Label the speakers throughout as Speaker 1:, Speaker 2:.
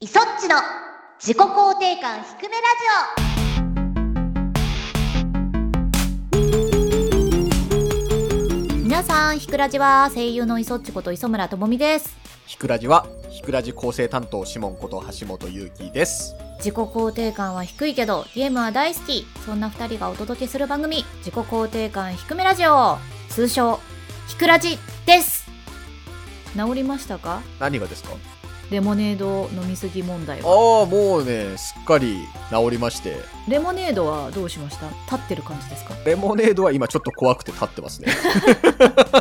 Speaker 1: イソッチの自己肯定感低めラジ
Speaker 2: 皆さんひくらじは声優の磯っちこと磯村智美です
Speaker 3: ひくらじは、ひくらじ構成担当、シモンこと橋本ゆうきです。
Speaker 2: 自己肯定感は低いけどゲームは大好きそんな二人がお届けする番組自己肯定感低めラジオ通称ひくらじです治りましたか
Speaker 3: 何がですか
Speaker 2: レモネードを飲みすぎ問題は
Speaker 3: ああ、もうね、すっかり治りまして、
Speaker 2: レモネードはどうしました立ってる感じですか
Speaker 3: レモネードは今ちょっと怖くて立って ますね。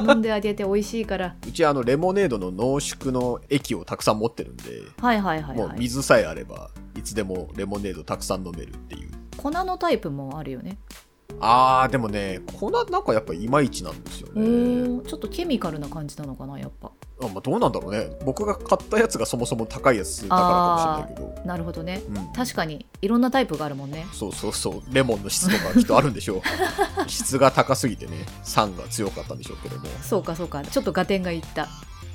Speaker 2: 飲んであげて美味しいから
Speaker 3: うちあの、レモネードの濃縮の液をたくさん持ってるんで、
Speaker 2: はいはいはい
Speaker 3: も
Speaker 2: は
Speaker 3: う
Speaker 2: い
Speaker 3: 水さえあれば、いつでもレモネードたくさん飲めるっていう。
Speaker 2: 粉のタイプもあるよね
Speaker 3: ああ、でもね、粉なんかやっぱいまいちなんですよ
Speaker 2: お
Speaker 3: ね。
Speaker 2: ーちょっとケミカルな感じなのかなやっぱ
Speaker 3: あまあ、どうなんだろうね。僕が買ったやつがそもそも高いやつだからかもしれないけど。
Speaker 2: なるほどね
Speaker 3: うん
Speaker 2: 確かにいろんなタイプがあるもんね
Speaker 3: そうそうそう、レモンの質とかきっとあるんでしょ う。質が高すぎてね、酸が強かったんでしょうけども。
Speaker 2: そうかそうかちょっと合点がいった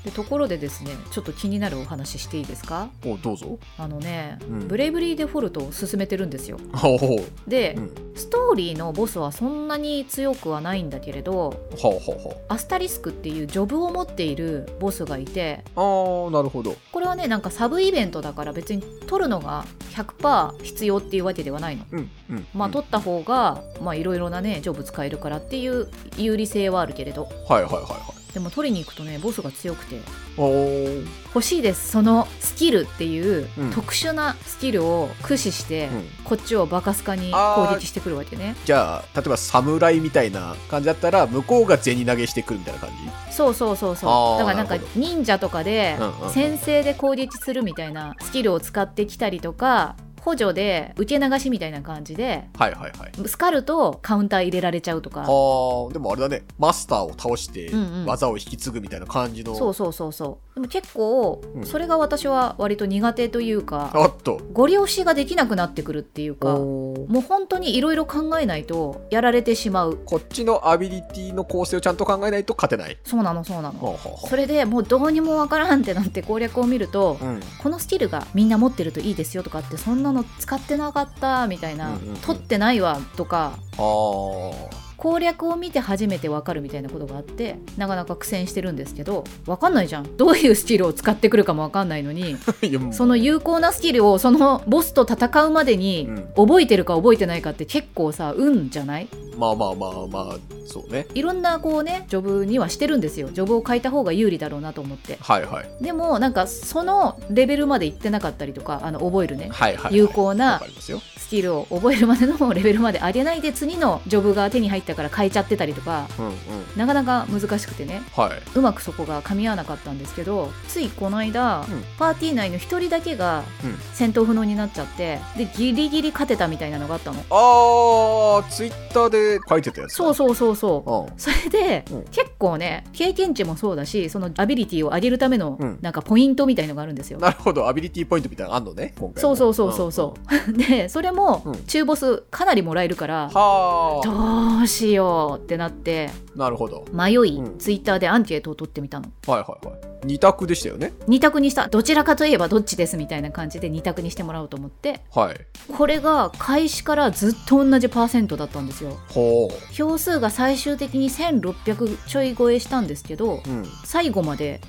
Speaker 2: でところでですねちょっと気になるお話ししていいですか
Speaker 3: おどうぞ。
Speaker 2: あのね、
Speaker 3: うん
Speaker 2: ブレイブリーデフォルトを進めてるんですよ
Speaker 3: ほうほう。
Speaker 2: で、
Speaker 3: うん。
Speaker 2: ストーリーのボスはそんなに強くはないんだけれど
Speaker 3: ほうほうほ
Speaker 2: アスタリスクっていうジョブを持っているボスがいて
Speaker 3: う。ああ、なるほど。
Speaker 2: これはねなんかサブイベントだから別に取るのが100%必要っていうわけではないの
Speaker 3: うんうん。
Speaker 2: まあ
Speaker 3: うん
Speaker 2: 取った方がまあいろいろなねジョブ使えるからっていう有利性はあるけれど
Speaker 3: はいはいはいはい。
Speaker 2: でも取りに行くとねボスが強くて
Speaker 3: おー
Speaker 2: 欲しいですそのスキルっていう
Speaker 3: うん
Speaker 2: 特殊なスキルを駆使して、
Speaker 3: うん、
Speaker 2: こっちをバカスカに攻撃してくるわけね
Speaker 3: じゃあ例えば侍みたいな感じだったら向こうが銭投げしてくるみたいな感じ
Speaker 2: そうそうそうそ
Speaker 3: あ
Speaker 2: う
Speaker 3: ー
Speaker 2: だからなんか
Speaker 3: なるほ
Speaker 2: 忍者とかで
Speaker 3: うんうんうん
Speaker 2: 先制で攻撃するみたいなスキルを使ってきたりとか補助で受け流しみたいな感じで
Speaker 3: はいはいはい
Speaker 2: スカルとカウンター入れられちゃうと
Speaker 3: あ
Speaker 2: か
Speaker 3: ーでもあれだねマスターを倒して
Speaker 2: うんうん
Speaker 3: 技を引き継ぐみたいな感じの、
Speaker 2: そうそうそうそうでも結構
Speaker 3: うん
Speaker 2: それが私は割と苦手というか
Speaker 3: あっと
Speaker 2: ご利用しができなくなってくるっていうか
Speaker 3: おー
Speaker 2: もう本当にいろいろ考えないとやられてしまう
Speaker 3: こっちのアビリティの構成をちゃんと考えないと勝てない
Speaker 2: そうなのそうなの
Speaker 3: ほうほうほう
Speaker 2: それでもうどうにもわからんってなって攻略を見ると、
Speaker 3: うん
Speaker 2: このスキルがみんな持ってるといいですよとかってそんなの使ってなかったみたいな、
Speaker 3: うんうんうん
Speaker 2: 取ってないわとか
Speaker 3: ああ
Speaker 2: 攻略を見て初めてわかるみたいなことがあってなかなか苦戦してるんですけどわかんないじゃんどういうスキルを使ってくるかもわかん ないのに
Speaker 3: いやもう
Speaker 2: その有効なスキルをそのボスと戦うまでに
Speaker 3: うん
Speaker 2: 覚えてるか覚えてないかって結構さ運じゃない
Speaker 3: まあまあまあまあそうね
Speaker 2: いろんなこうねジョブにはしてるんですよジョブを変えた方が有利だろうなと思って
Speaker 3: はいはい
Speaker 2: でもなんかそのレベルまで行ってなかったりとかあの覚えるね
Speaker 3: はいはい
Speaker 2: 有効な
Speaker 3: わかりますよ
Speaker 2: スキルを覚えるまでのレベルまで上げないで次のジョブが手に入ったから変えちゃってたりとか
Speaker 3: うんうん
Speaker 2: なかなか難しくてね
Speaker 3: はいう
Speaker 2: まくそこが噛み合わなかったんですけどついこの間、
Speaker 3: ん
Speaker 2: パーティー内の1人だけが
Speaker 3: うん
Speaker 2: 戦闘不能になっちゃってでギリギリ勝てたみたいなのがあったの
Speaker 3: あーツイッターで書いてたやつだ
Speaker 2: そうそうそうそう
Speaker 3: う
Speaker 2: それで、
Speaker 3: うん
Speaker 2: 結構ね経験値もそうだしそのアビリティを上げるための
Speaker 3: うん
Speaker 2: なんかポイントみたいのがあるんですよ
Speaker 3: ん、なるほどアビリティポイントみたいなのあんのね今回も
Speaker 2: そうそうそうそうそうでそれも
Speaker 3: うん
Speaker 2: 中ボスかなりもらえるから、
Speaker 3: んはあ
Speaker 2: どうしようってなって
Speaker 3: なるほど
Speaker 2: 迷い、
Speaker 3: うん
Speaker 2: ツイッターでアンケートを取ってみたの
Speaker 3: はいはいはい二択でしたよね
Speaker 2: 2択にしたどちらかといえばどっちですみたいな感じで2択にしてもらおうと思って
Speaker 3: はい
Speaker 2: これが開始からずっと同じパーセントだったんですよ
Speaker 3: ほ
Speaker 2: 票数が最終的に1600ちょい超えしたんですけど
Speaker 3: ううん
Speaker 2: 最後まで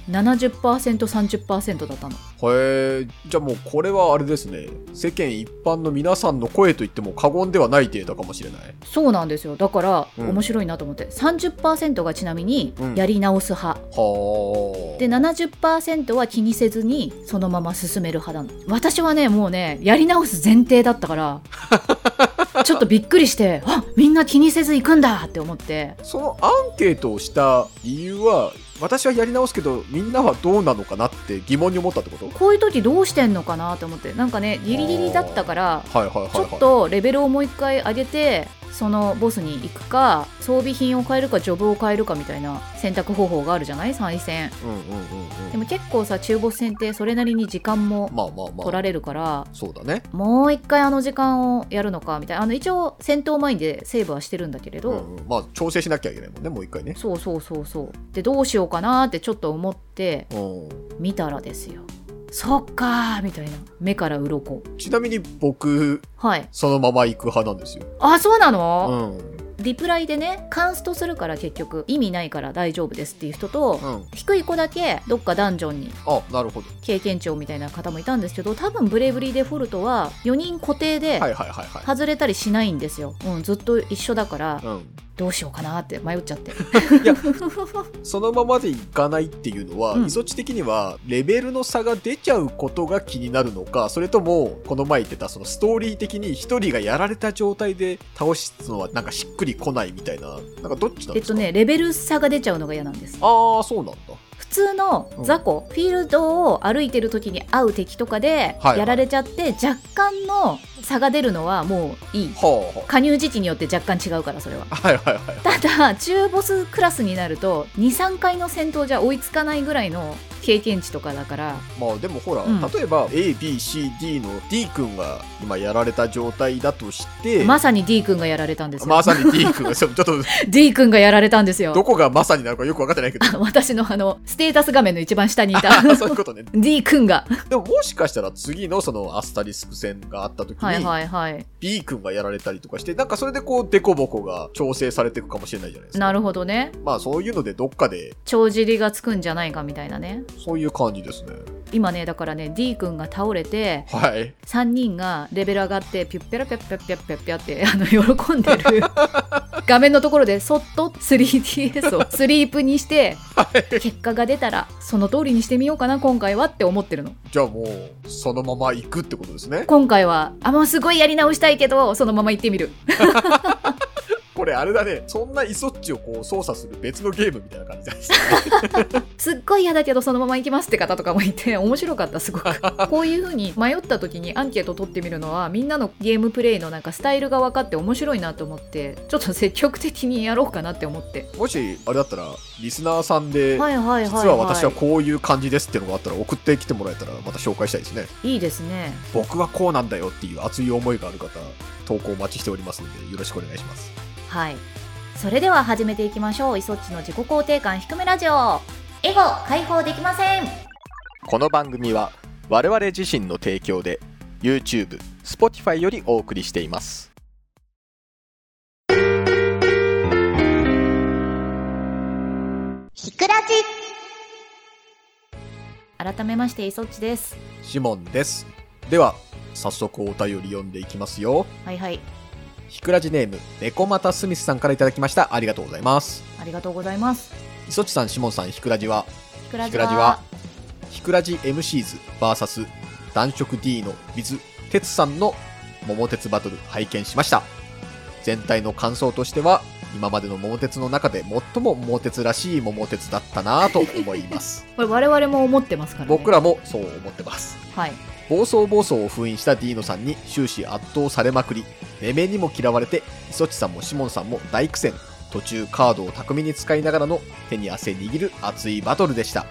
Speaker 2: 70%30% だったの
Speaker 3: へえじゃあもうこれはあれですね世間一般の皆さんの声といっても過言ではないデータかもしれない
Speaker 2: そうなんですよだから
Speaker 3: うん
Speaker 2: 面白いなと思って、30%がちなみに
Speaker 3: うん
Speaker 2: やり直す派、
Speaker 3: はあ
Speaker 2: で70%は気にせずにそのまま進める派なの私はねもうねやり直す前提だったから ちょっとびっくりしてあみんな気にせず行くんだって思って
Speaker 3: そのアンケートをした理由は私はやり直すけどみんなはどうなのかなって疑問に思ったってこと
Speaker 2: こういう時どうしてんのかなと思ってなんかねギリギリだったから
Speaker 3: はいはいはい
Speaker 2: ちょ
Speaker 3: はい
Speaker 2: っとレベルをもう一回上げてそのボスに行くか装備品を変えるかジョブを変えるかみたいな選択方法があるじゃない参戦
Speaker 3: うんうんうん
Speaker 2: で
Speaker 3: うん
Speaker 2: も結構さ中ボス戦ってそれなりに時間も
Speaker 3: まあまあまあ
Speaker 2: 取られるから
Speaker 3: そうだね
Speaker 2: もう一回あの時間をやるのかみたいなあの一応戦闘前でセーブはしてるんだけれど、
Speaker 3: んうんまあ調整しなきゃいけないもんねもう一回ね
Speaker 2: そうそうそうそうでどうしようかなってちょっと思って
Speaker 3: うん
Speaker 2: 見たらですよそっかーみたいな目から鱗
Speaker 3: ちなみに僕、
Speaker 2: はい
Speaker 3: そのまま行く派なんですよ。
Speaker 2: あそうな
Speaker 3: う
Speaker 2: の、
Speaker 3: ん。
Speaker 2: リプライでねカンストするから結局意味ないから大丈夫ですっていう人と、
Speaker 3: うん。
Speaker 2: 低い子だけどっかダンジョンに
Speaker 3: あ、なるほど。
Speaker 2: 経験値をみたいな方もいたんですけど多分ブレイブリーデフォルトは4人固定で
Speaker 3: はいはいはいはい。
Speaker 2: 外れたりしないんですよ、うん、ずっと一緒だから
Speaker 3: うん、
Speaker 2: どうしようかなって迷っちゃって
Speaker 3: そのままでいかないっていうのは、
Speaker 2: うん
Speaker 3: イソチ的にはレベルの差が出ちゃうことが気になるのかそれともこの前言ってたそのストーリー的に一人がやられた状態で倒すのはなんかしっくりこないみたいななんかどっちなん
Speaker 2: え
Speaker 3: で
Speaker 2: っ
Speaker 3: す
Speaker 2: と
Speaker 3: か、
Speaker 2: ねレベル差が出ちゃうのが嫌なんです
Speaker 3: ああそうなんだ
Speaker 2: 普通の雑魚、フィールドを歩いてる時に会う敵とかで
Speaker 3: はいはい
Speaker 2: やられちゃって、若干の差が出るのはもういい
Speaker 3: は
Speaker 2: 加入時期によって若干違うからそれは
Speaker 3: あはいはいはい
Speaker 2: ただ中ボスクラスになると23回の戦闘じゃ追いつかないぐらいの経験値とかだから
Speaker 3: まあでもほら、
Speaker 2: うん
Speaker 3: 例えば ABCD の D 君が今やられた状態だとして
Speaker 2: まさに D 君がやられたんですよ、
Speaker 3: まさに D 君 がちょっと
Speaker 2: D 君がやられたんです
Speaker 3: ど
Speaker 2: よ
Speaker 3: こがまさになのかよく分かってないけ ど
Speaker 2: 私のあのステータス画面の一番下にいた
Speaker 3: あそういうことね
Speaker 2: D 君が
Speaker 3: でももしかしたら次のそのアスタリスク戦があった時に、
Speaker 2: はいはいはい
Speaker 3: B 君がやられたりとかしてなんかそれでこうデコボコが調整されていくかもしれないじゃないですか
Speaker 2: なるほどね
Speaker 3: まあそういうのでどっかで
Speaker 2: 帳尻がつくんじゃないかみたいなね
Speaker 3: そういう感じですね
Speaker 2: 今ねだからね D 君が倒れて
Speaker 3: はい
Speaker 2: 3人がレベル上がってピュッピャラピャッピャッピャッピャッピャってあの喜んでる画面のところでそっと 3DS をスリープにして結果が出たらその通りにしてみようかな今回はって思ってるの
Speaker 3: じゃあもうそのまま行くってことですね
Speaker 2: 今回はあもうすごいやり直したいけどそのまま行ってみる
Speaker 3: これあれだねそんなイソッチをこう操作する別のゲームみたいな感じで すね
Speaker 2: すっごい嫌だけどそのまま行きますって方とかもいて面白かったすごくこういう風に迷った時にアンケート取ってみるのはみんなのゲームプレイのなんかスタイルが分かって面白いなと思ってちょっと積極的にやろうかなって思って
Speaker 3: もしあれだったらリスナーさんで、
Speaker 2: はいはいはい、い、
Speaker 3: 実は私はこういう感じですっていうのがあったら送ってきてもらえたらまた紹介したいですね
Speaker 2: いいですね
Speaker 3: 僕はこうなんだよっていう熱い思いがある方投稿お待ちしておりますのでよろしくお願いします
Speaker 2: はいそれでは始めていきましょういそっちの自己肯定感低めラジオ
Speaker 1: エゴ解放できません
Speaker 4: この番組は我々自身の提供で YouTube、Spotify よりお送りしています。
Speaker 1: ひくらじ
Speaker 2: 改めましていそっちです
Speaker 3: シモンですでは早速お便り読んでいきますよ
Speaker 2: はいはい
Speaker 3: ひくらじネーム猫又スミスさんからいただきましたありがとうございます
Speaker 2: ありがとうございます
Speaker 3: 磯地さんシモンさんひくらじは
Speaker 2: ひくらじ
Speaker 3: ひくらじはひくらじ MCs VS 男色 D の水哲さんの桃鉄バトル拝見しました全体の感想としては今までの桃鉄の中で最も桃鉄らしい桃鉄だったなぁと思います
Speaker 2: これ我々も思ってますからね
Speaker 3: 僕らもそう思ってます
Speaker 2: はい
Speaker 3: 暴走暴走を封印したディーノさんに終始圧倒されまくり、めめにも嫌われて、磯地さんもシモンさんも大苦戦。途中カードを巧みに使いながらの手に汗握る熱いバトルでした。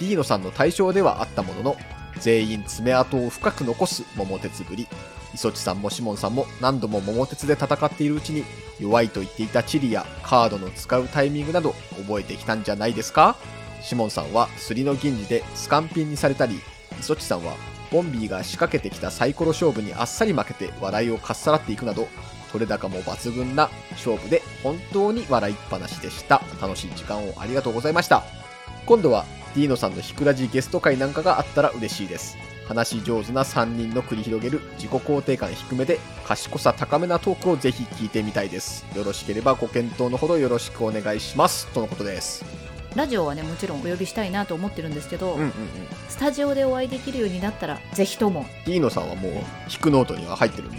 Speaker 3: ディーノさんの対象ではあったものの、全員爪痕を深く残す桃鉄ぶり。磯地さんもシモンさんも何度も桃鉄で戦っているうちに、弱いと言っていた地理やカードの使うタイミングなど覚えてきたんじゃないですかシモンさんはすりの銀次でスカンピンにされたり、磯地さんはボンビーが仕掛けてきたサイコロ勝負にあっさり負けて笑いをかっさらっていくなど、取れ高も抜群な勝負で本当に笑いっぱなしでした。楽しい時間をありがとうございました。今度はディーノさんのひくらじゲスト会なんかがあったら嬉しいです。話し上手な3人の繰り広げる自己肯定感低めで賢さ高めなトークをぜひ聞いてみたいです。よろしければご検討のほどよろしくお願いします。とのことです。
Speaker 2: ラジオはねもちろんお呼びしたいなと思ってるんですけど、
Speaker 3: うんうんうん。
Speaker 2: スタジオでお会いできるようになったらぜひとも
Speaker 3: ディーノさんはもう引くノートには入ってるんで、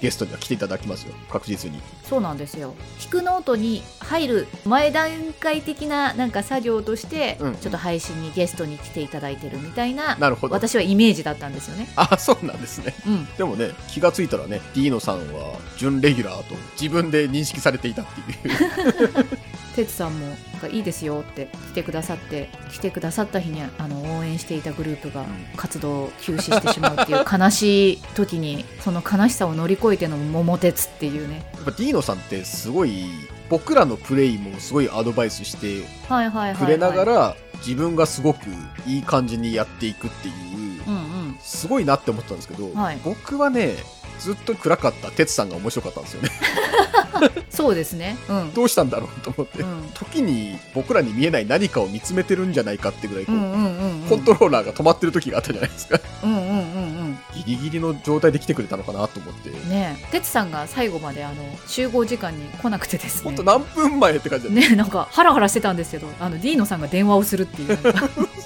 Speaker 3: ゲストには来ていただきますよ。確実に。
Speaker 2: そうなんですよ弾くノートに入る前段階的ななんか作業として、
Speaker 3: うん
Speaker 2: ちょっと配信にゲストに来ていただいてるみたいな
Speaker 3: なるほど。
Speaker 2: 私はイメージだったんですよね
Speaker 3: あ、そうなんですね。
Speaker 2: うん
Speaker 3: でもね、気がついたらね、ディーノさんは準レギュラーと自分で認識されていたっ ていう。
Speaker 2: 哲さんもなんかいいですよって来てくださって来てくださった日にあの応援していたグループが活動を休止してしまうっていう 悲しい時にその悲しさを乗り越えての桃鉄っていうね
Speaker 3: やっぱディーノさんってすごい僕らのプレイもすごいアドバイスして
Speaker 2: はいはいはい、はい、
Speaker 3: くれながら、自分がすごくいい感じにやっていくっていう、
Speaker 2: うんうん
Speaker 3: すごいなって思ったんですけど、
Speaker 2: はい
Speaker 3: 僕はねずっと暗かった哲さんが面白かったんですよね
Speaker 2: そうですねうん
Speaker 3: どうしたんだろうと思って、
Speaker 2: うん
Speaker 3: 時に僕らに見えない何かを見つめてるんじゃないかってぐらいこ
Speaker 2: う
Speaker 3: う、
Speaker 2: んうんうんうん
Speaker 3: コントローラーが止まってる時があったじゃないです か
Speaker 2: うんうんうん
Speaker 3: ギリギリの状態で来てくれたのかなと思って
Speaker 2: うんねえ哲さんが最後まであの集合時間に来なくてですね
Speaker 3: ほんと何分前って感じだった
Speaker 2: ねなんかハラハラしてたんですけどあのディーノさんが電話をするっ ていうなんか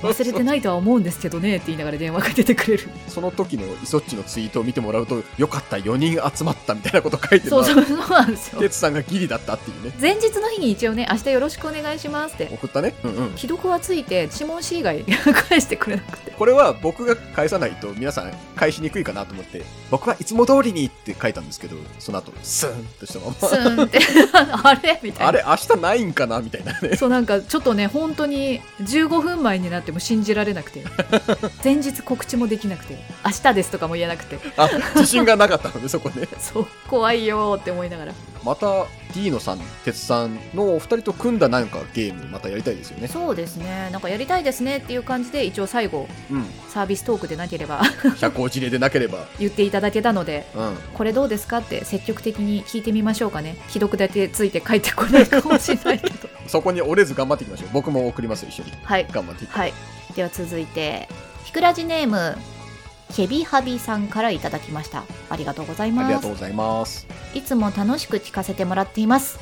Speaker 2: 忘れてないとは思うんですけどねって言いながら電話が出てくれる
Speaker 3: その時のイソッチのツイートを見てもらうと、よかった、4人集まったみたいなこと書いてる
Speaker 2: そう
Speaker 3: の
Speaker 2: そうそうなんですよ
Speaker 3: テツさんがギリだったっていうね。
Speaker 2: 前日の日に一応ね明日よろしくお願いしますって
Speaker 3: 送ったね。うんうん。
Speaker 2: 既読はついて指紋 C 以外 返してくれなく て
Speaker 3: これは僕が返さないと皆さん返しにくいかなと思って、僕はいつも通りにって書いたんですけど、その後、スーンとしたま
Speaker 2: スー
Speaker 3: ま、
Speaker 2: ンってあれみたいな
Speaker 3: あれ、明日ないんかなみたいなね。
Speaker 2: そうなんかちょっとね本当に15分前になっても信じられな くて前日告知もできなくて明日ですとかも言えなくて
Speaker 3: あ、自信がなかったので、そこね。
Speaker 2: そう怖いよーって思いながら
Speaker 3: また、ディーノさん、テツさんのお二人と組んだなんかゲーム、またやりたいですよね。
Speaker 2: そうですねなんかやりたいですねっていう感じで一応最後
Speaker 3: うん。
Speaker 2: サービストークでなければ
Speaker 3: 社交辞令でなければ。
Speaker 2: 言っていただけたので
Speaker 3: うん。
Speaker 2: これどうですかって積極的に聞いてみましょうかね既読だけついて帰ってこないかもしれないけど
Speaker 3: そこに折れず頑張っていきましょう。僕も送りますよ、一緒に。
Speaker 2: はい
Speaker 3: 頑張っていき
Speaker 2: はいでは続いてひくらじネームケビハビさんからいただきましたありがとうござい
Speaker 3: あり
Speaker 2: ま
Speaker 3: がと
Speaker 2: す
Speaker 3: うございます。
Speaker 2: いつも楽しく聞かせてもらっています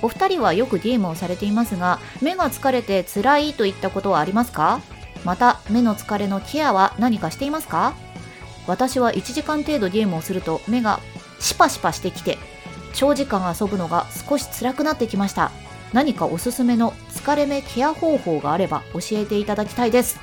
Speaker 2: お二人はよくゲームをされていますが目が疲れて辛いといったことはありますかまた目の疲れのケアは何かしていますか私は1時間程度ゲームをすると目がシパシパしてきて長時間遊ぶのが少し辛くなってきました何かおすすめの疲れ目ケア方法があれば教えていただきたいです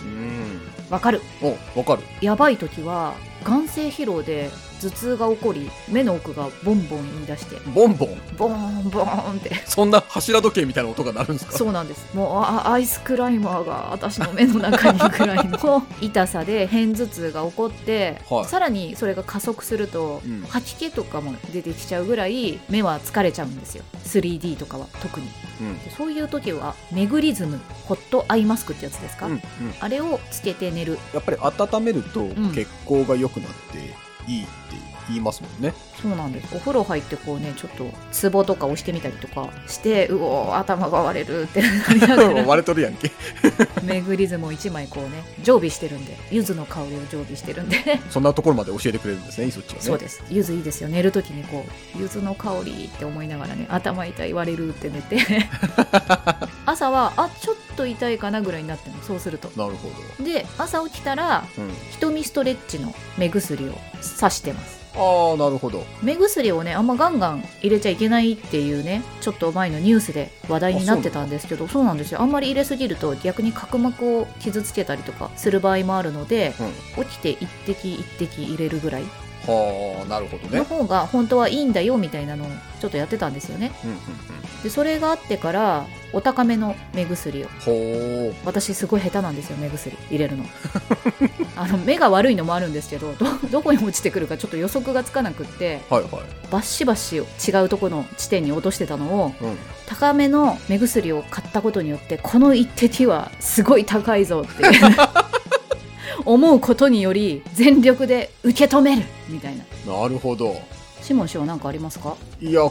Speaker 3: うん。
Speaker 2: わかる
Speaker 3: お、わかる。
Speaker 2: やばい時は眼性疲労で頭痛が起こり目の奥がボンボン言い出して
Speaker 3: ボンボン。
Speaker 2: ボーンボーンって
Speaker 3: そんな柱時計みたいな音が鳴るんですか
Speaker 2: そうなんですもうあアイスクライマーが私の目の中にいくらいの 痛さで片頭痛が起こって、
Speaker 3: はい
Speaker 2: さらにそれが加速すると、
Speaker 3: うん
Speaker 2: 吐き気とかも出てきちゃうぐらい目は疲れちゃうんですよ 3D とかは特に
Speaker 3: うん。
Speaker 2: でそういう時はメグリズムホットアイマスクってやつですか、
Speaker 3: うん、うん。
Speaker 2: あれをつけて寝る
Speaker 3: やっぱり温めると
Speaker 2: ん
Speaker 3: 血行が良くなっていいって言いますもんね。
Speaker 2: そうなんですお風呂入ってこうねちょっとツボとか押してみたりとかしてうおー頭が割れるってなりながら
Speaker 3: 割れとるやんけ。
Speaker 2: メグリズムを1枚こうね常備してるんで柚子の香りを常備してるんで
Speaker 3: そんなところまで教えてくれるんですね、そっちはね。
Speaker 2: そうです柚子いいですよ寝る時にこう柚子の香りって思いながらね頭痛い割れるって寝 て朝はあちょっと痛いかなぐらいになってもそうすると
Speaker 3: なるほど。
Speaker 2: で朝起きたら
Speaker 3: うん。
Speaker 2: 瞳ストレッチの目薬をさしてます
Speaker 3: ああ、なるほど。
Speaker 2: 目薬をねあんまガンガン入れちゃいけないっていうねちょっと前のニュースで話題になってたんですけどそうなんですよあんまり入れすぎると逆に角膜を傷つけたりとかする場合もあるので、起きて一滴一滴入れるぐらい
Speaker 3: はあ、なるほど
Speaker 2: の
Speaker 3: ね。
Speaker 2: 方が本当はいいんだよみたいなのをちょっとやってたんですよね
Speaker 3: うんうん
Speaker 2: でそれがあってからお高めの目薬を
Speaker 3: うん。ほ
Speaker 2: 私すごい下手なんですよ目薬入れるのあの目が悪いのもあるんですけどどどこに落ちてくるかちょっと予測がつかなくって
Speaker 3: う。はいはい。
Speaker 2: バッシバシ違うとこの地点に落としてたのを
Speaker 3: うん。
Speaker 2: 高めの目薬を買ったことによってこの一滴はすごい高いぞっていう思うことにより全力で受け止めるみたいな
Speaker 3: なるほど。
Speaker 2: シモン氏は何かありますか
Speaker 3: いや、
Speaker 2: あ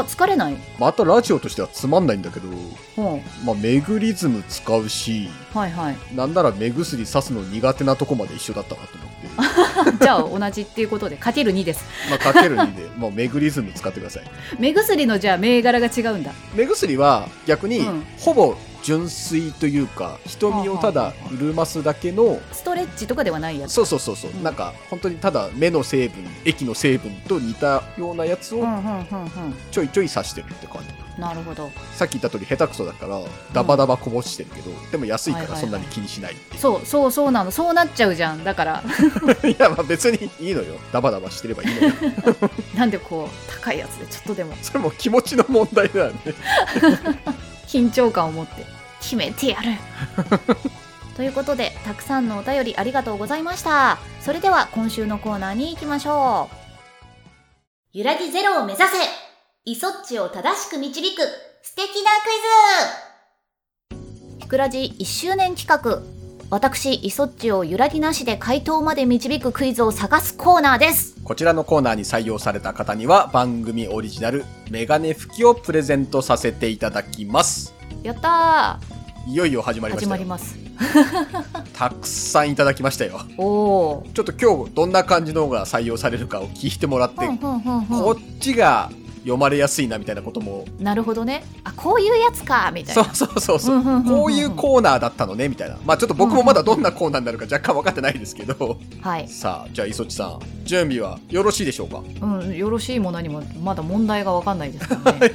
Speaker 2: 疲れない
Speaker 3: またラジオとしてはつまんないんだけど、
Speaker 2: ほ
Speaker 3: まあ、メグリズム使うし、
Speaker 2: うはいはい
Speaker 3: なんなら目薬さすの苦手なとこまで一緒だったなと 思って。
Speaker 2: じゃあ同じっていうことでかける2です
Speaker 3: まあ、かける2で、まあ、メグリズム使ってください。
Speaker 2: 目薬のじゃあ銘柄が違うんだ
Speaker 3: 目薬は逆に、
Speaker 2: うん
Speaker 3: ほぼ純粋というか、瞳をただ潤ますだけの、
Speaker 2: ストレッチとかではないやつ
Speaker 3: そうそうそうそう、
Speaker 2: うん
Speaker 3: なんか本当にただ目の成分、液の成分と似たようなやつ
Speaker 2: うん
Speaker 3: を
Speaker 2: うんうんうん
Speaker 3: ちょいちょい刺してるって感じ。
Speaker 2: なるほど
Speaker 3: さっき言った通り下手くそだから、ダバダバこぼしてるけど、でも安いか
Speaker 2: はい
Speaker 3: ら
Speaker 2: はいはい
Speaker 3: そんなに気にしないっていう。
Speaker 2: そうそうそうなのそうなっちゃうじゃんだから
Speaker 3: いや、まあ別にいいのよ。ダバダバしてればいい のよ。
Speaker 2: なんでこう高いやつでちょっとでも
Speaker 3: それも気持ちの問題なんで。
Speaker 2: 緊張感を持って決めて やるということでたくさんのお便りありがとうございましたそれでは今週のコーナーに行きましょう
Speaker 1: 揺らぎゼロを目指せイソッチを正しく導く素敵なクイ
Speaker 2: ひくらじ1周年企画私イソッチを揺らぎなしで回答まで導くクイズを探すコーナーです
Speaker 3: こちらのコーナーに採用された方には番組オリジナルメガネ拭きをプレゼントさせていただきます。
Speaker 2: やった
Speaker 3: いよいよ始
Speaker 2: ー
Speaker 3: まりま
Speaker 2: 始
Speaker 3: した
Speaker 2: まり
Speaker 3: よ。
Speaker 2: ます
Speaker 3: たくさんいただきましたよ。
Speaker 2: おお
Speaker 3: ちょっと今日どんな感じの方が採用されるかを聞いてもらって、
Speaker 2: ーふんふんふんふん
Speaker 3: こっちが読まれやすいなみたいなことも、
Speaker 2: なるほどねあこういうやつかみたい
Speaker 3: そ
Speaker 2: な
Speaker 3: うそうそうそう。
Speaker 2: んんんん
Speaker 3: こういうコーナーだったのねみたいな。まあちょっと僕もまだどんなコーナーになるか若干分かってないですけ ど。
Speaker 2: はい、
Speaker 3: さあ、じゃあ、磯地さん、準備はよろしいでしょうか
Speaker 2: うん、よろしいも何もまだ問題がわかんないですからね
Speaker 3: いや、い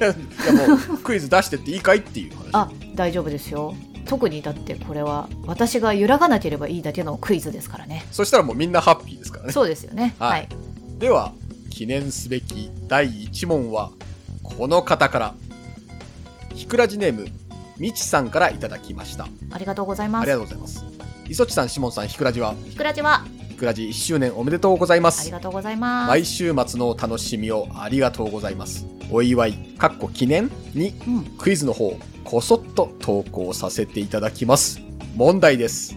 Speaker 3: やもうクイズ出してっていいかいっていう話。
Speaker 2: あ大丈夫ですよ特にだってこれは私が揺らがなければいいだけのクイズですからね
Speaker 3: そしたらもうみんなハッピーですからね。
Speaker 2: そうですよね
Speaker 3: は
Speaker 2: はいい、
Speaker 3: では、記念すべき第1問は、この方から。ひくらじネーム、みちさんからいただきました。あ
Speaker 2: ありがとうござい
Speaker 3: り
Speaker 2: ま
Speaker 3: がと
Speaker 2: す
Speaker 3: うございます。磯地さん、しもんさん、ひくらじは、
Speaker 2: ひくらじは
Speaker 3: ひくらじ1周年おめでとうございま
Speaker 2: あ
Speaker 3: す
Speaker 2: り。がとうございます、
Speaker 3: 毎週末のお楽しみをありがとうございます。お祝い、かっこ記念に
Speaker 2: うん、
Speaker 3: クイズの方、こそっと投稿させていただきます。問題です。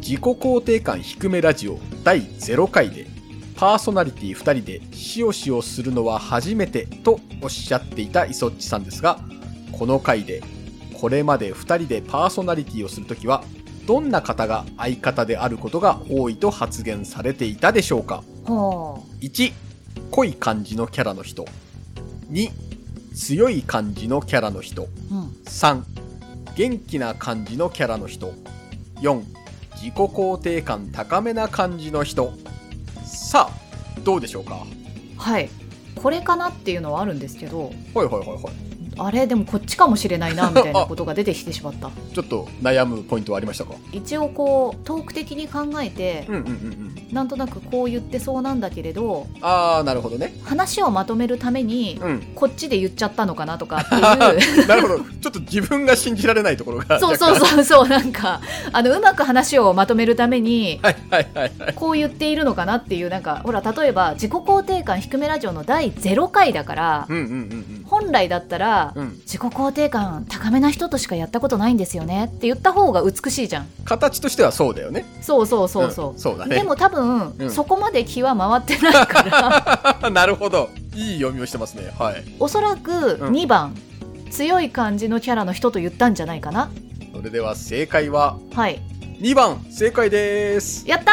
Speaker 3: 自己肯定感低めラジオ第0回で、パーソナリティ2人でしおしおするのは初めてとおっしゃっていたイソッチさんですが、この回で、これまで2人でパーソナリティをするときは、どんな方が相方であることが多いと発言されていたでしょうか
Speaker 2: ほう
Speaker 3: 1濃い感じのキャラの人2強い感じのキャラの人
Speaker 2: うん、
Speaker 3: 3元気な感じのキャラの人4自己肯定感高めな感じの人さあどうでしょうか
Speaker 2: はいこれかなっていうのはあるんですけど
Speaker 3: ほいほいほいほい
Speaker 2: あれでもこっちかもしれないなみたいなことが出てきてしま った
Speaker 3: ちょっと悩むポイントはありましたか
Speaker 2: 一応こうトーク的に考えて
Speaker 3: うんうんうんうん
Speaker 2: なんとなくこう言ってそうなんだけれど
Speaker 3: ああなるほどね
Speaker 2: 話をまとめるために
Speaker 3: うん
Speaker 2: こっちで言っちゃったのかなとか っていう
Speaker 3: なるほどちょっと自分が信じられないところ が
Speaker 2: そうそう
Speaker 3: 若
Speaker 2: そうそうなんかあのうまく話をまとめるために
Speaker 3: 干はいはいはい
Speaker 2: こう言っているのかなっていうなんかほら例えば自己肯定感低めラジオの第0回だから
Speaker 3: うんうんうん
Speaker 2: 本来だったら
Speaker 3: うんうん
Speaker 2: 自己肯定感高めな人としかやったことないんですよねって言った方が美しいじゃん
Speaker 3: 形としてはそうだよね
Speaker 2: そうそうそうそう、
Speaker 3: んそうだね
Speaker 2: でも多分、
Speaker 3: うん
Speaker 2: そこまで気は回ってないから
Speaker 3: なるほど。いい読みをしてますね。はい。
Speaker 2: おそらく
Speaker 3: うん
Speaker 2: 2番、強い感じのキャラの人と言ったんじゃないかな
Speaker 3: それでは正解は
Speaker 2: はい
Speaker 3: 2番、正解です。
Speaker 2: やったー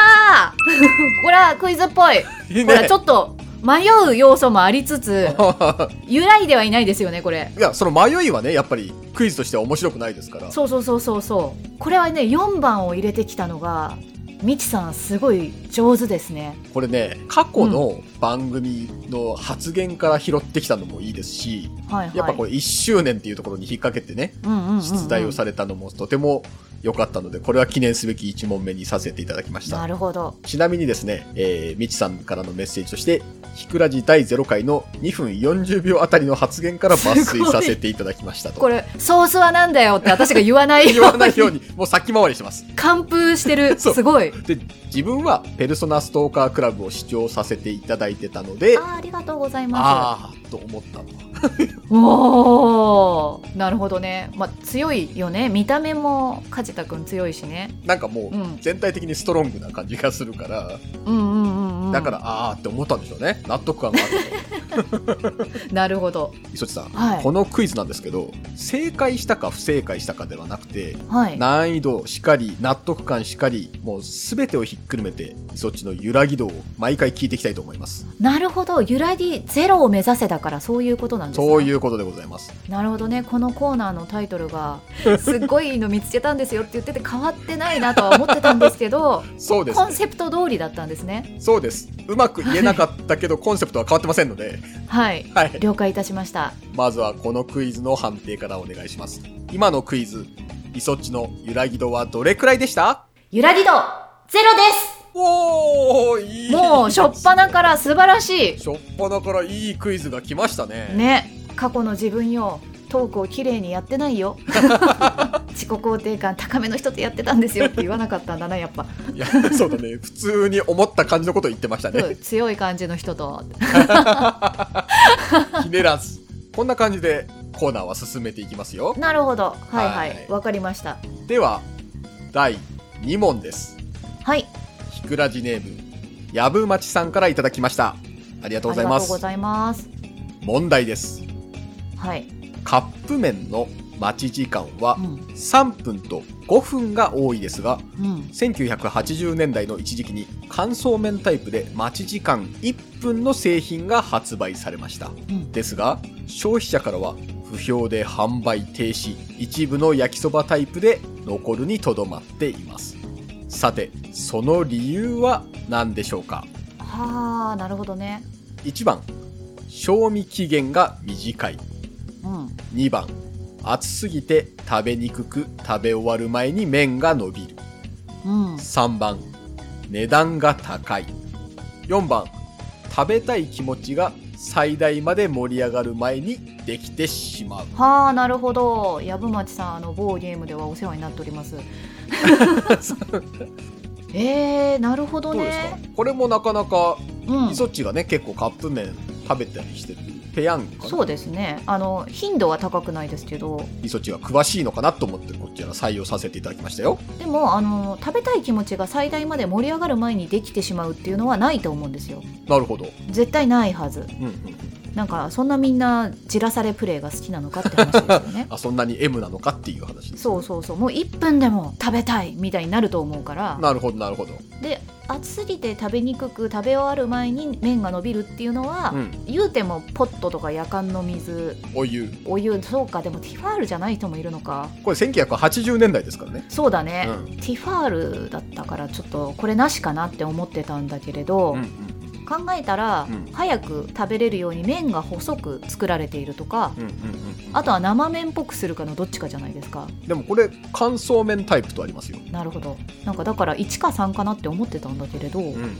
Speaker 2: これはクイズっぽい、
Speaker 3: いい
Speaker 2: ほら
Speaker 3: ね
Speaker 2: ち。ょっと迷う要素もありつつ 揺らいではいないですよねこれ
Speaker 3: いや、その迷いはね、やっぱりクイズとしては面白くないですから。
Speaker 2: そうそうそうそうそうこれはね4番を入れてきたのがみちさんすごい上手ですね
Speaker 3: これね、過去の番組の発言から拾ってきたのもいいですし、
Speaker 2: はいはい
Speaker 3: やっぱこれ1周年っていうところに引っ掛けてね、
Speaker 2: うんうんうんうん
Speaker 3: 出題をされたのもとても良かったので、これは記念すべき1問目にさせていただきました。
Speaker 2: なるほど
Speaker 3: ちなみにですね、えー、みちさんからのメッセージとして、ひくらじ第0回の2分40秒あたりの発言から抜粋させていただきましたと。
Speaker 2: これソースはなんだよって私が言わないように
Speaker 3: 言わないように、もう先回りしてます。
Speaker 2: 完封してる
Speaker 3: そう
Speaker 2: すごい
Speaker 3: で、自分はペルソナストーカークラブを視聴させていただいてたので、
Speaker 2: あーありがとうございま
Speaker 3: あーと思ったと。
Speaker 2: すおーなるほどねまあ強いよね見た目も梶田君強いしね、
Speaker 3: なんかも
Speaker 2: う
Speaker 3: う、
Speaker 2: ん、
Speaker 3: 全体的にストロングな感じがするから、
Speaker 2: うんうんうんうん
Speaker 3: だから、あーって思ったんでしょうね。納得感があったと。
Speaker 2: なるほど
Speaker 3: 磯地さん、
Speaker 2: はい
Speaker 3: このクイズなんですけど、正解したか不正解したかではなくて、
Speaker 2: はい
Speaker 3: 難易度しかり納得感しかりもう全てをひっくるめてそっちの揺らぎ度を毎回聞いていきたいと思います
Speaker 2: なるほど揺らぎゼロを目指せだからそういうことなんですね
Speaker 3: そういうことでございます
Speaker 2: なるほどねこのコーナーのタイトルが「すっごいいいの見つけたんですよ」って言ってて変わってないなとは思ってたんですけど
Speaker 3: そう です
Speaker 2: コ
Speaker 3: ね、
Speaker 2: ンセプト通りだったんですね
Speaker 3: そうですうまく言えなかったけどコンセプトは変わってませんので、
Speaker 2: はい
Speaker 3: はい、
Speaker 2: 了解いたしました
Speaker 3: まずはこのクイズの判定からお願いします今のクイズイソッチの揺らぎ度はどれくらいでした
Speaker 2: 揺らぎ度ゼロです
Speaker 3: おーいい
Speaker 2: もう初っ端から素晴らし
Speaker 3: しょっぱなからいいクイズが来ましたね
Speaker 2: いね過去の自分よトークをきれいにやってない よ自己肯定感高めの人とやってたんですよって言わなかったんだなやっ ぱ
Speaker 3: いやそうだね普通に思った感じのこと言ってましたね
Speaker 2: そう強い感じの人と
Speaker 3: ひねらずこんな感じでコーナーは進めていきますよ。
Speaker 2: なるほどはいは
Speaker 3: はい
Speaker 2: いわ、かりました
Speaker 3: では、第2問です。
Speaker 2: はい
Speaker 3: ひくらじネーム、やぶまちさんからいただきました。ありがとう
Speaker 2: あ
Speaker 3: ご
Speaker 2: り
Speaker 3: ざい
Speaker 2: が
Speaker 3: ま
Speaker 2: とう
Speaker 3: す
Speaker 2: ご。ざいます
Speaker 3: 問題です。
Speaker 2: はい、
Speaker 3: カップ麺の待ち時間は
Speaker 2: うん
Speaker 3: 3分と5分が多いですが、
Speaker 2: うん、
Speaker 3: 1980年代の一時期に乾燥麺タイプで待ち時間1分の製品が発売されました、
Speaker 2: ん
Speaker 3: ですが消費者からは不評で販売停止一部の焼きそばタイプで残るにとどまっていますさてその理由は何でしょうか
Speaker 2: はあなるほどね
Speaker 3: 1番賞味期限が短い
Speaker 2: うん
Speaker 3: 2番熱すぎて食べにくく食べ終わる前に麺が伸びる
Speaker 2: うん
Speaker 3: 3番値段が高い4番食べたい気持ちが最大まで盛り上がる前にできてしまう
Speaker 2: はあなるほど藪町さんあの某ゲームではお世話になっており ますえー、なるほど
Speaker 3: どうです
Speaker 2: ね
Speaker 3: かこれもなかなか
Speaker 2: うん
Speaker 3: 磯っちがね結構カップ麺食べたりしてるペヤングか
Speaker 2: そ
Speaker 3: な
Speaker 2: うですねあの頻度は高くないですけど
Speaker 3: 磯っちが詳しいのかなと思ってこちら採用させていただきましたよ
Speaker 2: でもあの食べたい気持ちが最大まで盛り上がる前にできてしまうっていうのはないと思うんですよ
Speaker 3: なるほど、
Speaker 2: 絶対ないはず
Speaker 3: うんうんうん、
Speaker 2: なんかそんなみんなじらされプレイが好きなのかって話ですよ ね
Speaker 3: あそんなに M なのかっていう話です
Speaker 2: そうそうそうもう1分でも食べたいみたいになると思うから
Speaker 3: なるほどなるほど、
Speaker 2: で暑すぎて食べにくく食べ終わる前に麺が伸びるっていうのは、
Speaker 3: うん、
Speaker 2: 言うてもポットとかやかんの水
Speaker 3: お湯
Speaker 2: お湯そうかでもティファールじゃない人もいるのか
Speaker 3: これ1980年代ですからね
Speaker 2: そうだね、
Speaker 3: うん
Speaker 2: ティファールだったからちょっとこれなしかなって思ってたんだけれど、
Speaker 3: うん
Speaker 2: 考えたら、
Speaker 3: うん
Speaker 2: 早く食べれるように麺が細く作られているとか
Speaker 3: うんうんうんうん
Speaker 2: あとは生麺っぽくするかのどっちかじゃないですか
Speaker 3: でもこれ乾燥麺タイプとありますよ、
Speaker 2: なるほどなんかだから1か3かなって思ってたんだけれど、
Speaker 3: ん、
Speaker 2: 値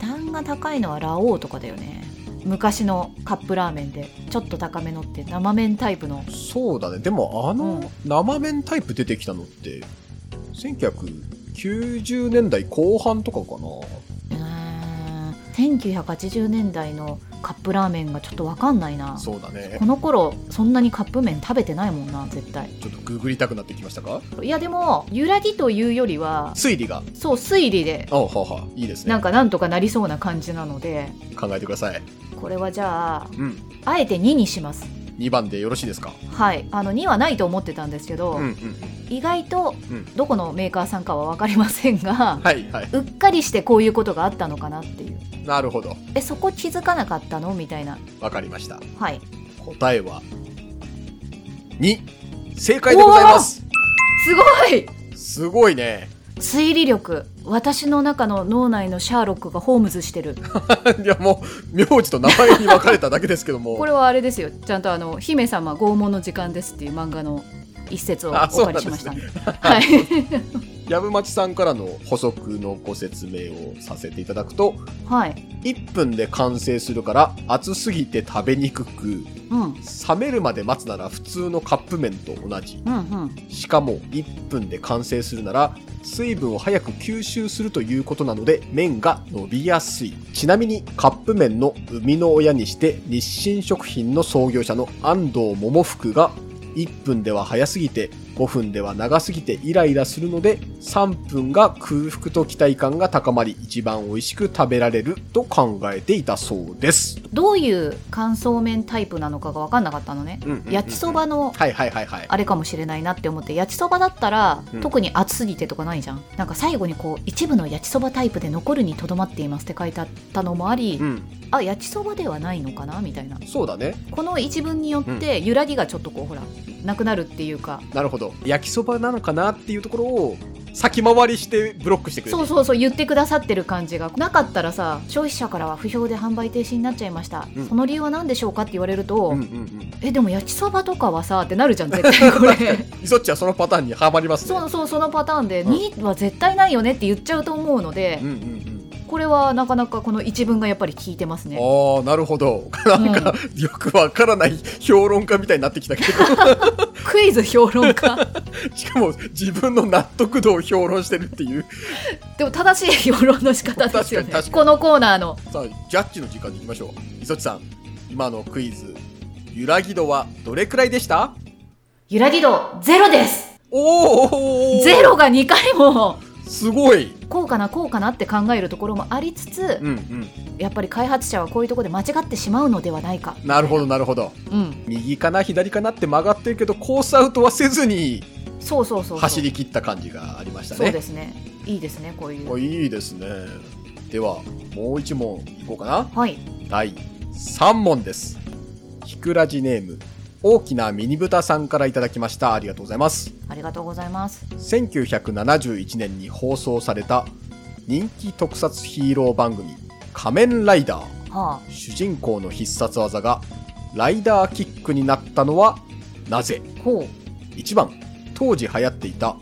Speaker 2: 段が高いのはラオウとかだよね昔のカップラーメンでちょっと高めのって生麺タイプの
Speaker 3: そうだねでもあ
Speaker 2: う
Speaker 3: の
Speaker 2: ん
Speaker 3: 生麺タイプ出てきたのって1990年代後半とかか
Speaker 2: うーん1980年代のカップラーメンがちょっとわかんないな
Speaker 3: なそうだね
Speaker 2: この頃そんなにカップ麺食べてないもんな絶対
Speaker 3: ちょっとググりたくなってきましたか
Speaker 2: いやでも揺らぎというよりは
Speaker 3: 推理が
Speaker 2: そう推理で
Speaker 3: あはあはあいいですね
Speaker 2: なんかなんとかなりそうな感じなので
Speaker 3: 考えてください、
Speaker 2: これはじゃあ
Speaker 3: うん、
Speaker 2: あえて2にします
Speaker 3: 2番でよろしいですか
Speaker 2: はいあの2はないと思ってたんですけど、
Speaker 3: うんうん
Speaker 2: 意外と
Speaker 3: うん
Speaker 2: どこのメーカーさんかは分かりませんが、
Speaker 3: はいはいう
Speaker 2: っかりしてこういうことがあったのかなっていう
Speaker 3: なるほど
Speaker 2: えそこ気づかなかったのみたいな
Speaker 3: わかりました
Speaker 2: はい
Speaker 3: 答えは2正解でございます
Speaker 2: すごい
Speaker 3: すごいね
Speaker 2: 推理力私の中の脳内のシャーロックがホームズしてる
Speaker 3: いやもう名字と名前に分かれただけですけども
Speaker 2: これはあれですよちゃんとあの「姫様拷問の時間です」っていう漫画の一節を
Speaker 3: あ
Speaker 2: お
Speaker 3: そうな
Speaker 2: 借
Speaker 3: んで
Speaker 2: り
Speaker 3: す
Speaker 2: し
Speaker 3: ね
Speaker 2: ましたんで はい、
Speaker 3: やぶまちさんからの補足のご説明をさせていただくと、
Speaker 2: はい、
Speaker 3: 1分で完成するから熱すぎて食べにくく、
Speaker 2: うんうん
Speaker 3: 冷めるまで待つなら普通のカップ麺と同じ。
Speaker 2: うん
Speaker 3: しかも1分で完成するなら水分を早く吸収するということなので麺が伸びやすい。ちなみにカップ麺の生みの親にして日清食品の創業者の安藤桃福が1分では早すぎて5分では長すぎてイライラするので3分が空腹と期待感が高まり一番美味しく食べられると考えていたそうです。
Speaker 2: どういう乾燥麺タイプなのかが分かんなかったのね、焼きそばの
Speaker 3: はいはいはいはい。
Speaker 2: あれかもしれないなって思って焼きそばだったら、
Speaker 3: うん
Speaker 2: 特に熱すぎてとかないじゃんなんか最後にこう一部の焼きそばタイプで残るにとどまっていますって書いてあったのもあり、
Speaker 3: うん、
Speaker 2: あ焼きそばではないのかなみたいな
Speaker 3: そうだね。
Speaker 2: この一文によって揺らぎがちょっとこうほらなくなるっていうか
Speaker 3: なるほど焼きそばなのかなっていうところを先回りしてブロックしてくれる
Speaker 2: そうそうそう言ってくださってる感じがなかったらさ消費者からは不評で販売停止になっちゃいました、
Speaker 3: うん
Speaker 2: その理由は何でしょうかって言われると、
Speaker 3: うんうん
Speaker 2: えでも焼きそばとかはさってなるじゃん絶対これ
Speaker 3: うんイソッチはそのパターンにはまりますね
Speaker 2: そうそうそのパターンで、
Speaker 3: うん
Speaker 2: 2は絶対ないよねって言っちゃうと思うので、
Speaker 3: うんうん
Speaker 2: これはなかなかこの一文がやっぱり効いてます
Speaker 3: うん、
Speaker 2: ね。
Speaker 3: ああなるほど なんか、よくわからない評論家みたいになってきたけ ど
Speaker 2: クイズ評論家
Speaker 3: しかも自分の納得度を評論してるっていう
Speaker 2: でも正しい評論の仕方ですよね
Speaker 3: 確かに確かに
Speaker 2: このコーナーの
Speaker 3: さあジャッジの時間に行きましょうイソッチさん今のクイズ揺らぎ度はどれくらいでした
Speaker 2: 揺らぎ度ゼロです
Speaker 3: おお
Speaker 2: ゼロが2回も
Speaker 3: すごい
Speaker 2: こうかなこうかなって考えるところもありつつ
Speaker 3: うんうん
Speaker 2: やっぱり開発者はこういうところで間違ってしまうのではないか
Speaker 3: なるほどなるほど
Speaker 2: うん
Speaker 3: 右かな左かなって曲がってるけどコースアウトはせずに
Speaker 2: そうそうそうそう
Speaker 3: 走り切った感じがありました
Speaker 2: そう
Speaker 3: ね
Speaker 2: ですねいいですねこういう
Speaker 3: おいいですねではもう一問いこうかな
Speaker 2: はい
Speaker 3: 第3問ですひくらじネーム大きなミニブタさんからいただきましたありがとうございます
Speaker 2: ありがとうございます
Speaker 3: 1971年に放送された人気特撮ヒーロー番組「仮面ライダー」
Speaker 2: は
Speaker 3: 主人公の必殺技がライダーキックになったのはなぜ
Speaker 2: あほう
Speaker 3: ?1 番当時流行っていた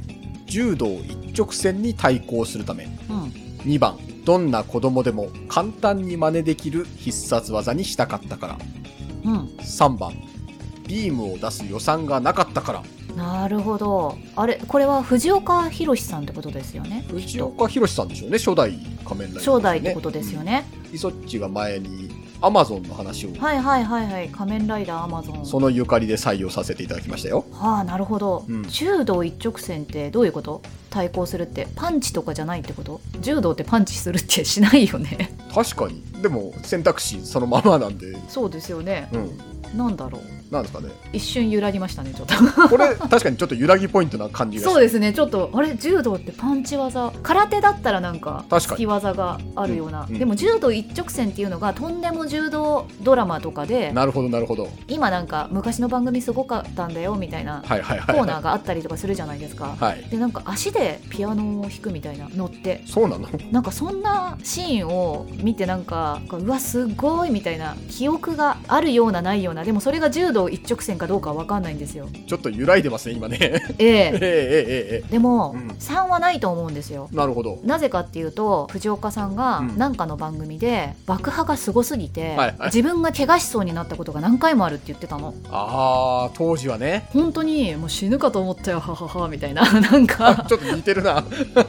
Speaker 3: 柔道一直線に対抗するため
Speaker 2: うん
Speaker 3: 2番どんな子供でも簡単に真似できる必殺技にしたかったから
Speaker 2: うん
Speaker 3: 3番ビームを出す予算がなかったから
Speaker 2: なるほどあれこれは藤岡弘さんってことですよね
Speaker 3: 藤岡弘さんでしょうね初代仮面ライダー、ね、
Speaker 2: 初代ってことですよね、
Speaker 3: うんイソッチが前にアマゾンの話を
Speaker 2: はいはいはいはい仮面ライダーアマゾン
Speaker 3: そのゆかりで採用させていただきましたよ
Speaker 2: はあなるほど、
Speaker 3: うん
Speaker 2: 柔道一直線ってどういうこと対抗するってパンチとかじゃないってこと柔道ってパンチするってしないよね
Speaker 3: 確かにでも選択肢そのままなんで
Speaker 2: そうですよね
Speaker 3: うん
Speaker 2: なんだろう
Speaker 3: なんですかね
Speaker 2: 一瞬揺らぎましたねちょっと
Speaker 3: これ確かにちょっと揺らぎポイントな感じが
Speaker 2: そうですすねちょっとあれ柔道ってパンチ技空手だったらなんか
Speaker 3: 確か
Speaker 2: 突
Speaker 3: に
Speaker 2: き技があるような、
Speaker 3: うんうん
Speaker 2: でも柔道一直線っていうのがとんでも柔道ドラマとかで
Speaker 3: なるほどなるほど
Speaker 2: 今なんか昔の番組すごかったんだよみたいな
Speaker 3: はいはい
Speaker 2: コー
Speaker 3: はいはい
Speaker 2: ナーがあったりとかするじゃないですか、
Speaker 3: はい
Speaker 2: でなんか足でピアノを弾くみたいな乗って
Speaker 3: そうなの
Speaker 2: なんかそんなシーンを見てなんかうわすごいみたいな記憶があるようなないようなでもそれが柔道一直線かどうかは分かんないんですよ。
Speaker 3: ちょっと揺らいでますね今ねえええ
Speaker 2: ええ、
Speaker 3: ええ
Speaker 2: でも、
Speaker 3: うん
Speaker 2: 3はないと思うんですよ。
Speaker 3: えなるほど
Speaker 2: なぜかっていうと藤岡さんが
Speaker 3: うん
Speaker 2: 何かの番組で爆破がすごすぎて、
Speaker 3: はいはい
Speaker 2: 自分が怪我しそうになったことが何回もあるって言ってたの
Speaker 3: あー当時はね
Speaker 2: 本当にもう死ぬかと思ったよはははみたいな なんか
Speaker 3: あちょっと似てるな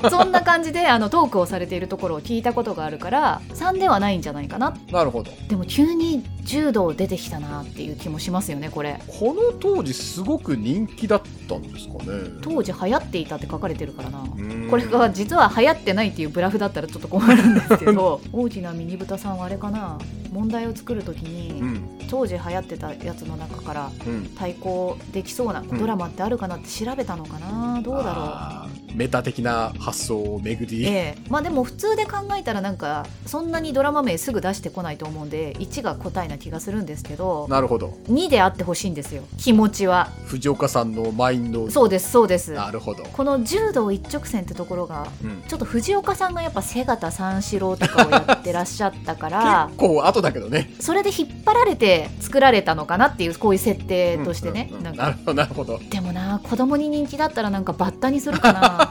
Speaker 2: そんな感じであのトークをされているところを聞いたことがあるから3ではないんじゃないかな
Speaker 3: なるほど
Speaker 2: でも急に柔道出てきたなっていう気もしますよねこれ
Speaker 3: この当時すごく人気だったんですかね
Speaker 2: 当時流行っていたって書かれてるからな
Speaker 3: うーん
Speaker 2: これが実は流行ってないっていうブラフだったらちょっと困るんですけど 大きなミニブタさんはあれかな問題を作る時
Speaker 3: う
Speaker 2: に
Speaker 3: ん
Speaker 2: 当時流行ってたやつの中から
Speaker 3: うん
Speaker 2: 対抗できそうなドラマってあるかなって調べたのかなどうだろう
Speaker 3: あーメタ的な発想を巡り、
Speaker 2: ええ、まあでも普通で考えたらなんかそんなにドラマ名すぐ出してこないと思うんで1が答えな気がするんですけど
Speaker 3: なるほど
Speaker 2: 2であってほしいんですよ気持ちは
Speaker 3: 藤岡さんのマインド
Speaker 2: そうですそうです
Speaker 3: なるほど、
Speaker 2: この柔道一直線ってところが
Speaker 3: うん、
Speaker 2: ちょっと藤岡さんがやっぱ瀬形三四郎とかをやってらっしゃったから
Speaker 3: 結構後だ けどね
Speaker 2: それで引っ張られて作られたのかなっていうこういう設定としてね、
Speaker 3: うんうんうん
Speaker 2: なん
Speaker 3: なる
Speaker 2: か
Speaker 3: ほどなるほど
Speaker 2: でもな子供に人気だったらなんかバッタにするか な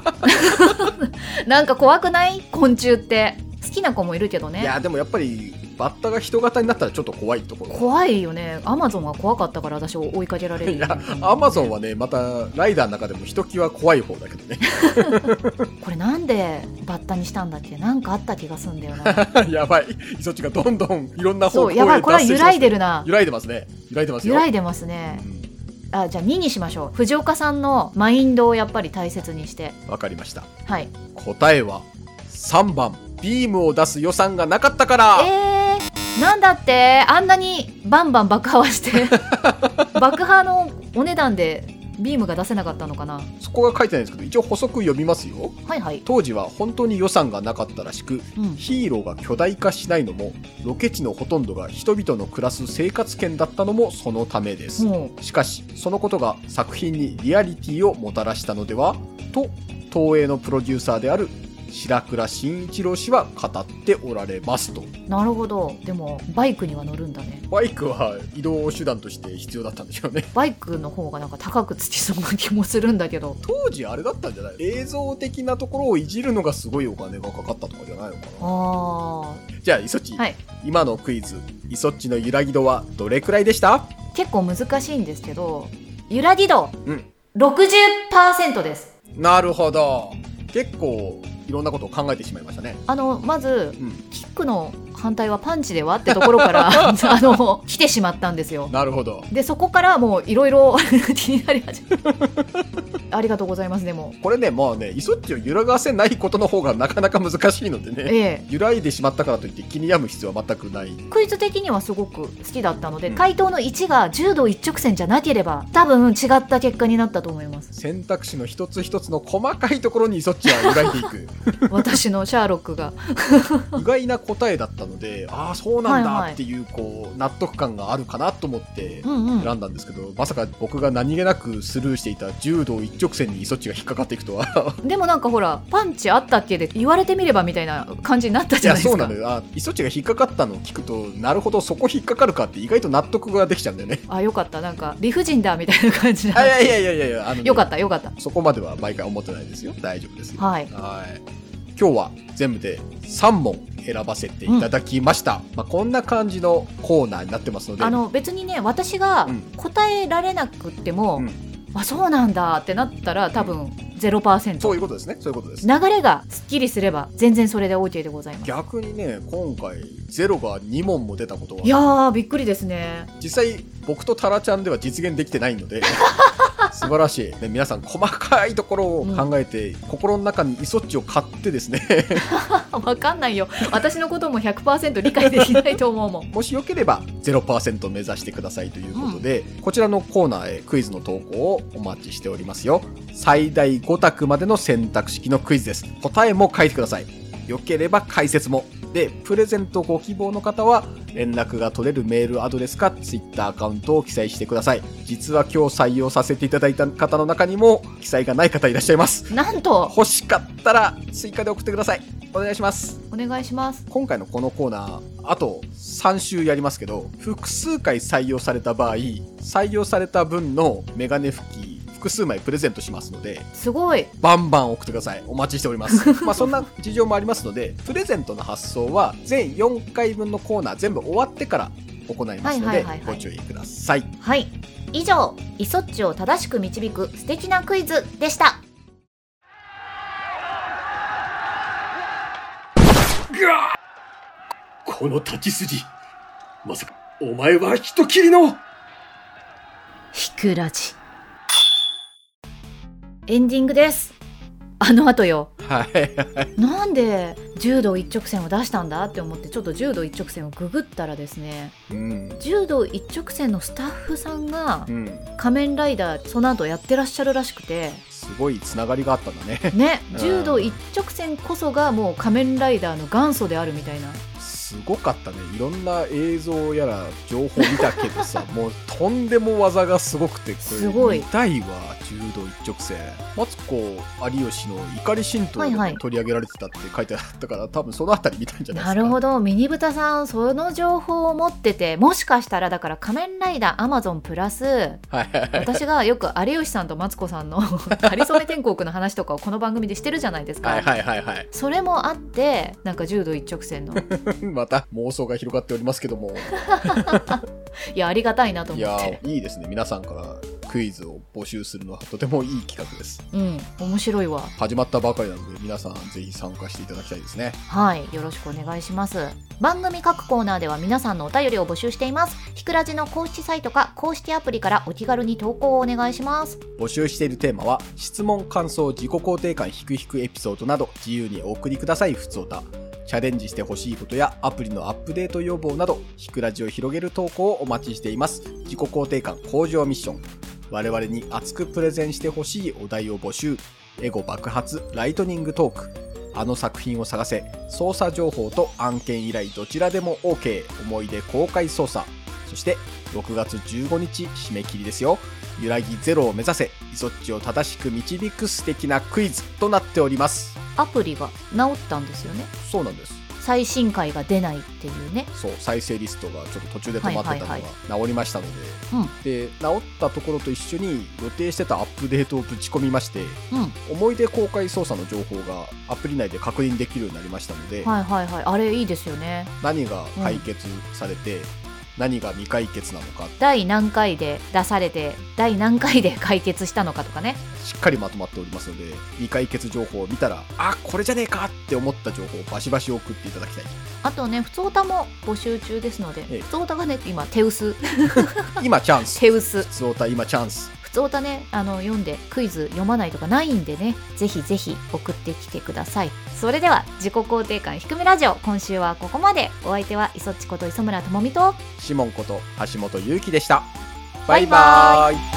Speaker 2: なんか怖くない昆虫って好きな子もいるけど
Speaker 3: い
Speaker 2: ね
Speaker 3: やでもやっぱりバッタが人型になったらちょっと怖いところ
Speaker 2: 怖いよねアマゾンが怖かったから私を追いかけられる
Speaker 3: いやアマゾンはねまたライダーの中でもひときわ怖い方だけどね
Speaker 2: これなんでバッタにしたんだっけなんかあった気がすんだよ な
Speaker 3: やばいそっちがどんどんいろんな方
Speaker 2: そ
Speaker 3: 向
Speaker 2: う
Speaker 3: へ
Speaker 2: やばいこれは揺らい
Speaker 3: で
Speaker 2: でるな
Speaker 3: 揺らいでますね揺らいでます
Speaker 2: 揺
Speaker 3: よ
Speaker 2: らいでますねあじゃあ2にしましょう藤岡さんのマインドをやっぱり大切にして
Speaker 3: うんわかりました
Speaker 2: はい
Speaker 3: 答えは3番ビームを出す予算がなかったから
Speaker 2: えー、なんだってあんなにバンバン爆破はして 爆破のお値段でビームが出せなかったのかな
Speaker 3: そこが書いてないんですけど一応補足読みますよ
Speaker 2: はいはい
Speaker 3: 当時は本当に予算がなかったらしく
Speaker 2: うん
Speaker 3: ヒーローが巨大化しないのもロケ地のほとんどが人々の暮らす生活圏だったのもそのためです、
Speaker 2: も
Speaker 3: しかしそのことが作品にリアリティをもたらしたのではと東映のプロデューサーである白倉慎一郎氏は語っておられますと
Speaker 2: うなるほどでもバイクには乗るんだね
Speaker 3: バイクは移動手段として必要だったんでしょうね
Speaker 2: バイクの方がなんか高くつきそうな気もするんだけど
Speaker 3: 当時あれだったんじゃない映像的なところをいじるのがすごいお金がかかったとかじゃないのかな
Speaker 2: あー
Speaker 3: じゃあイソッチ、
Speaker 2: はい
Speaker 3: 今のクイズイソッチの揺らぎ度はどれくらいでした
Speaker 2: 結構難しいんですけど揺らぎ度、
Speaker 3: うん
Speaker 2: 60%です
Speaker 3: なるほど結構いろんなことを考えてしまいましたね
Speaker 2: あのまず、
Speaker 3: うん
Speaker 2: キックの反対はパンチではってところから あの来てしまったんですよ。
Speaker 3: なるほど。
Speaker 2: でそこからもういろいろ 気になり始めありがとうございますでも
Speaker 3: これね、まあね、イソッチを揺らがせないことの方がなかなか難しいのでね。
Speaker 2: ええ
Speaker 3: 揺らいでしまったからといって気に病む必要は全くない。
Speaker 2: クイズ的にはすごく好きだったので、
Speaker 3: うん
Speaker 2: 回答の1が10度一直線じゃなければ多分違った結果になったと思いま す
Speaker 3: 選択肢の一つ一つの細かいところにイソッチは揺らいで いく。
Speaker 2: 私のシャーロックが
Speaker 3: 意外な答えだったので、ああ、そうなん
Speaker 2: はいは
Speaker 3: だ
Speaker 2: い
Speaker 3: っていう、こう、納得感があるかなと思って
Speaker 2: うんうん
Speaker 3: 選んだんですけど、まさか僕が何気なくスルーしていた柔道一直線にイソッチが引っかかってい くとは。
Speaker 2: でもなんかほらパンチあったっけで言われてみればみたいな感じになった
Speaker 3: い
Speaker 2: じゃ
Speaker 3: や、
Speaker 2: ないです
Speaker 3: そうな
Speaker 2: か
Speaker 3: のよ。あイソッチが引っかかったのを聞くと、なるほど、そこ引っかかるかって意外と納得ができちゃうんだよ ね。
Speaker 2: あよかったなんか理不尽だみたいな感じ
Speaker 3: あい
Speaker 2: な
Speaker 3: やいやいやいやいや、あのね、
Speaker 2: よかったよかった
Speaker 3: そこまでは毎回思ってないですよ。大丈夫です。
Speaker 2: はい
Speaker 3: はい。今日は全部で3問選ばせていただきました。まあ、こんな感じのコーナーになってますので。
Speaker 2: あの別にね私が
Speaker 3: うん
Speaker 2: 答えられなくっても、
Speaker 3: うん
Speaker 2: あそうなんだってなったら多分0%
Speaker 3: そういうことですね。そういうことです。
Speaker 2: 流れがすっきりすれば全然それで OK でございます
Speaker 3: 逆にね、今回、ゼロが2問も出たこと
Speaker 2: い
Speaker 3: は、
Speaker 2: やーびっくりですね
Speaker 3: 実際、僕とタラちゃんでは実現できてないので、素晴らしい。ね皆さん、細かいところを考えて、心の中にイソッチを買ってですね、
Speaker 2: 分かんないよ私のことも100%理解できないと思うもん
Speaker 3: もしよければ0%目指してくださいということで、こちらのコーナーへクイズの投稿をお待ちしておりますよ。最大5択までの選択式のクイズです。答えも書いてください。よければ解説も。で、プレゼントご希望の方は、連絡が取れるメールアドレスか Twitter アカウントを記載してください。実は今日採用させていただいた方の中にも、記載がない方いらっしゃいます。
Speaker 2: なんと
Speaker 3: 欲しかったら追加で送ってください。お願いします。
Speaker 2: お願いします
Speaker 3: 今回のこのコーナーあと3週やりますけど複数回採用された場合採用された分のメガネ拭き複数枚プレゼントしますのです
Speaker 2: ごい
Speaker 3: バンバン送ってくださいお待ちしております まあそんな事情もありますのでプレゼントの発送は全4回分のコーナー全部終わってから行いますの
Speaker 2: はい
Speaker 3: で
Speaker 2: はいはいは
Speaker 3: ご
Speaker 2: い
Speaker 3: 注意ください
Speaker 2: はい以上イソッチを正しく導く素敵なクイズでした
Speaker 5: この立ち筋まさかお前は人斬りの
Speaker 2: ひくらじエンディングですあの後よ
Speaker 3: はい
Speaker 2: なんで柔道一直線を出したんだって思ってちょっと柔道一直線をググったらですね
Speaker 3: うん
Speaker 2: 柔道一直線のスタッフさんが
Speaker 3: うん
Speaker 2: 仮面ライダーその後やってらっしゃるらしく て
Speaker 3: すごいつながりがあったんだね
Speaker 2: ね
Speaker 3: うん
Speaker 2: 柔道一直線こそがもう仮面ライダーの元祖であるみたいな
Speaker 3: すごかったねいろんな映像やら情報見たけ どさもうとんでも技がすごくてこれ
Speaker 2: すごい
Speaker 3: 見たいわ柔道一直線マツコ有吉の怒り神
Speaker 2: はいは
Speaker 3: 道
Speaker 2: い
Speaker 3: で取り上げられてたって書いてあったから多分そのあたり見たんじゃないです
Speaker 2: な
Speaker 3: か
Speaker 2: るほどミニブタさんその情報を持っててもしかしたらだから仮面ライダーアマゾンプラス
Speaker 3: はいはいはい
Speaker 2: 私がよく有吉さんとマツコさんの 「かりそめ天国」の話とかをこの番組でしてるじゃないですか。
Speaker 3: はいはいはいはい
Speaker 2: それもあってなんか柔道一直線の
Speaker 3: また妄想が広がっておりますけども
Speaker 2: いやありがたいなと思
Speaker 3: いや
Speaker 2: って
Speaker 3: いいですね皆さんからクイズを募集するのはとてもいい企画です
Speaker 2: うん面白いわ
Speaker 3: 始まったばかりなので皆さんぜひ参加していただきたいですね
Speaker 2: はいよろしくお願いします番組各コーナーでは皆さんのお便りを募集していますひくらじの公式サイトか公式アプリからお気軽に投稿をお願いします
Speaker 3: 募集しているテーマは質問感想自己肯定感ひくひくエピソードなど自由にお送りくださいふつおたチャレンジしてほしいことやアプリのアップデート要望などひくラジを広げる投稿をお待ちしています自己肯定感向上ミッション我々に熱くプレゼンしてほしいお題を募集エゴ爆発ライトニングトークあの作品を探せ捜査情報と案件依頼どちらでも OK 思い出公開捜査そして6月15日締め切りですよ揺らぎゼロを目指せイソッチを正しく導く素敵なクイズとなっております
Speaker 2: アプリが治ったんですよね
Speaker 3: そうなんです
Speaker 2: 最新回が出ないっていうね
Speaker 3: そう再生リストがちょっと途中で止まってた
Speaker 2: はいは
Speaker 3: のが治りましたので、
Speaker 2: うん
Speaker 3: で治ったところと一緒に予定してたアップデートをぶち込みまして
Speaker 2: うん
Speaker 3: 思い出公開操作の情報がアプリ内で確認できるようになりましたので、
Speaker 2: はいはいはいあれいいですよね
Speaker 3: 何が解決されて、何が未解決なのか
Speaker 2: 第何回で出されて第何回で解決したのかとかね
Speaker 3: しっかりまとまっておりますので未解決情報を見たらあこれじゃねえかって思った情報をバシバシ送っていただきたい
Speaker 2: あとね、普通歌も募集中ですので、
Speaker 3: ええ
Speaker 2: 普通歌がね、今、手薄、
Speaker 3: 今チャンス
Speaker 2: 手薄
Speaker 3: 普。通オタ今チャンス
Speaker 2: 普通歌ね、あの、読んで、クイズ読まないとかないんでね、ぜひぜひ送ってきてください。それでは、自己肯定感低めラジオ、今週はここまで。お相手は、磯っちこと磯村智美と、
Speaker 3: シモンこと橋本ゆうきでしたバイバ
Speaker 2: バイバ
Speaker 3: イ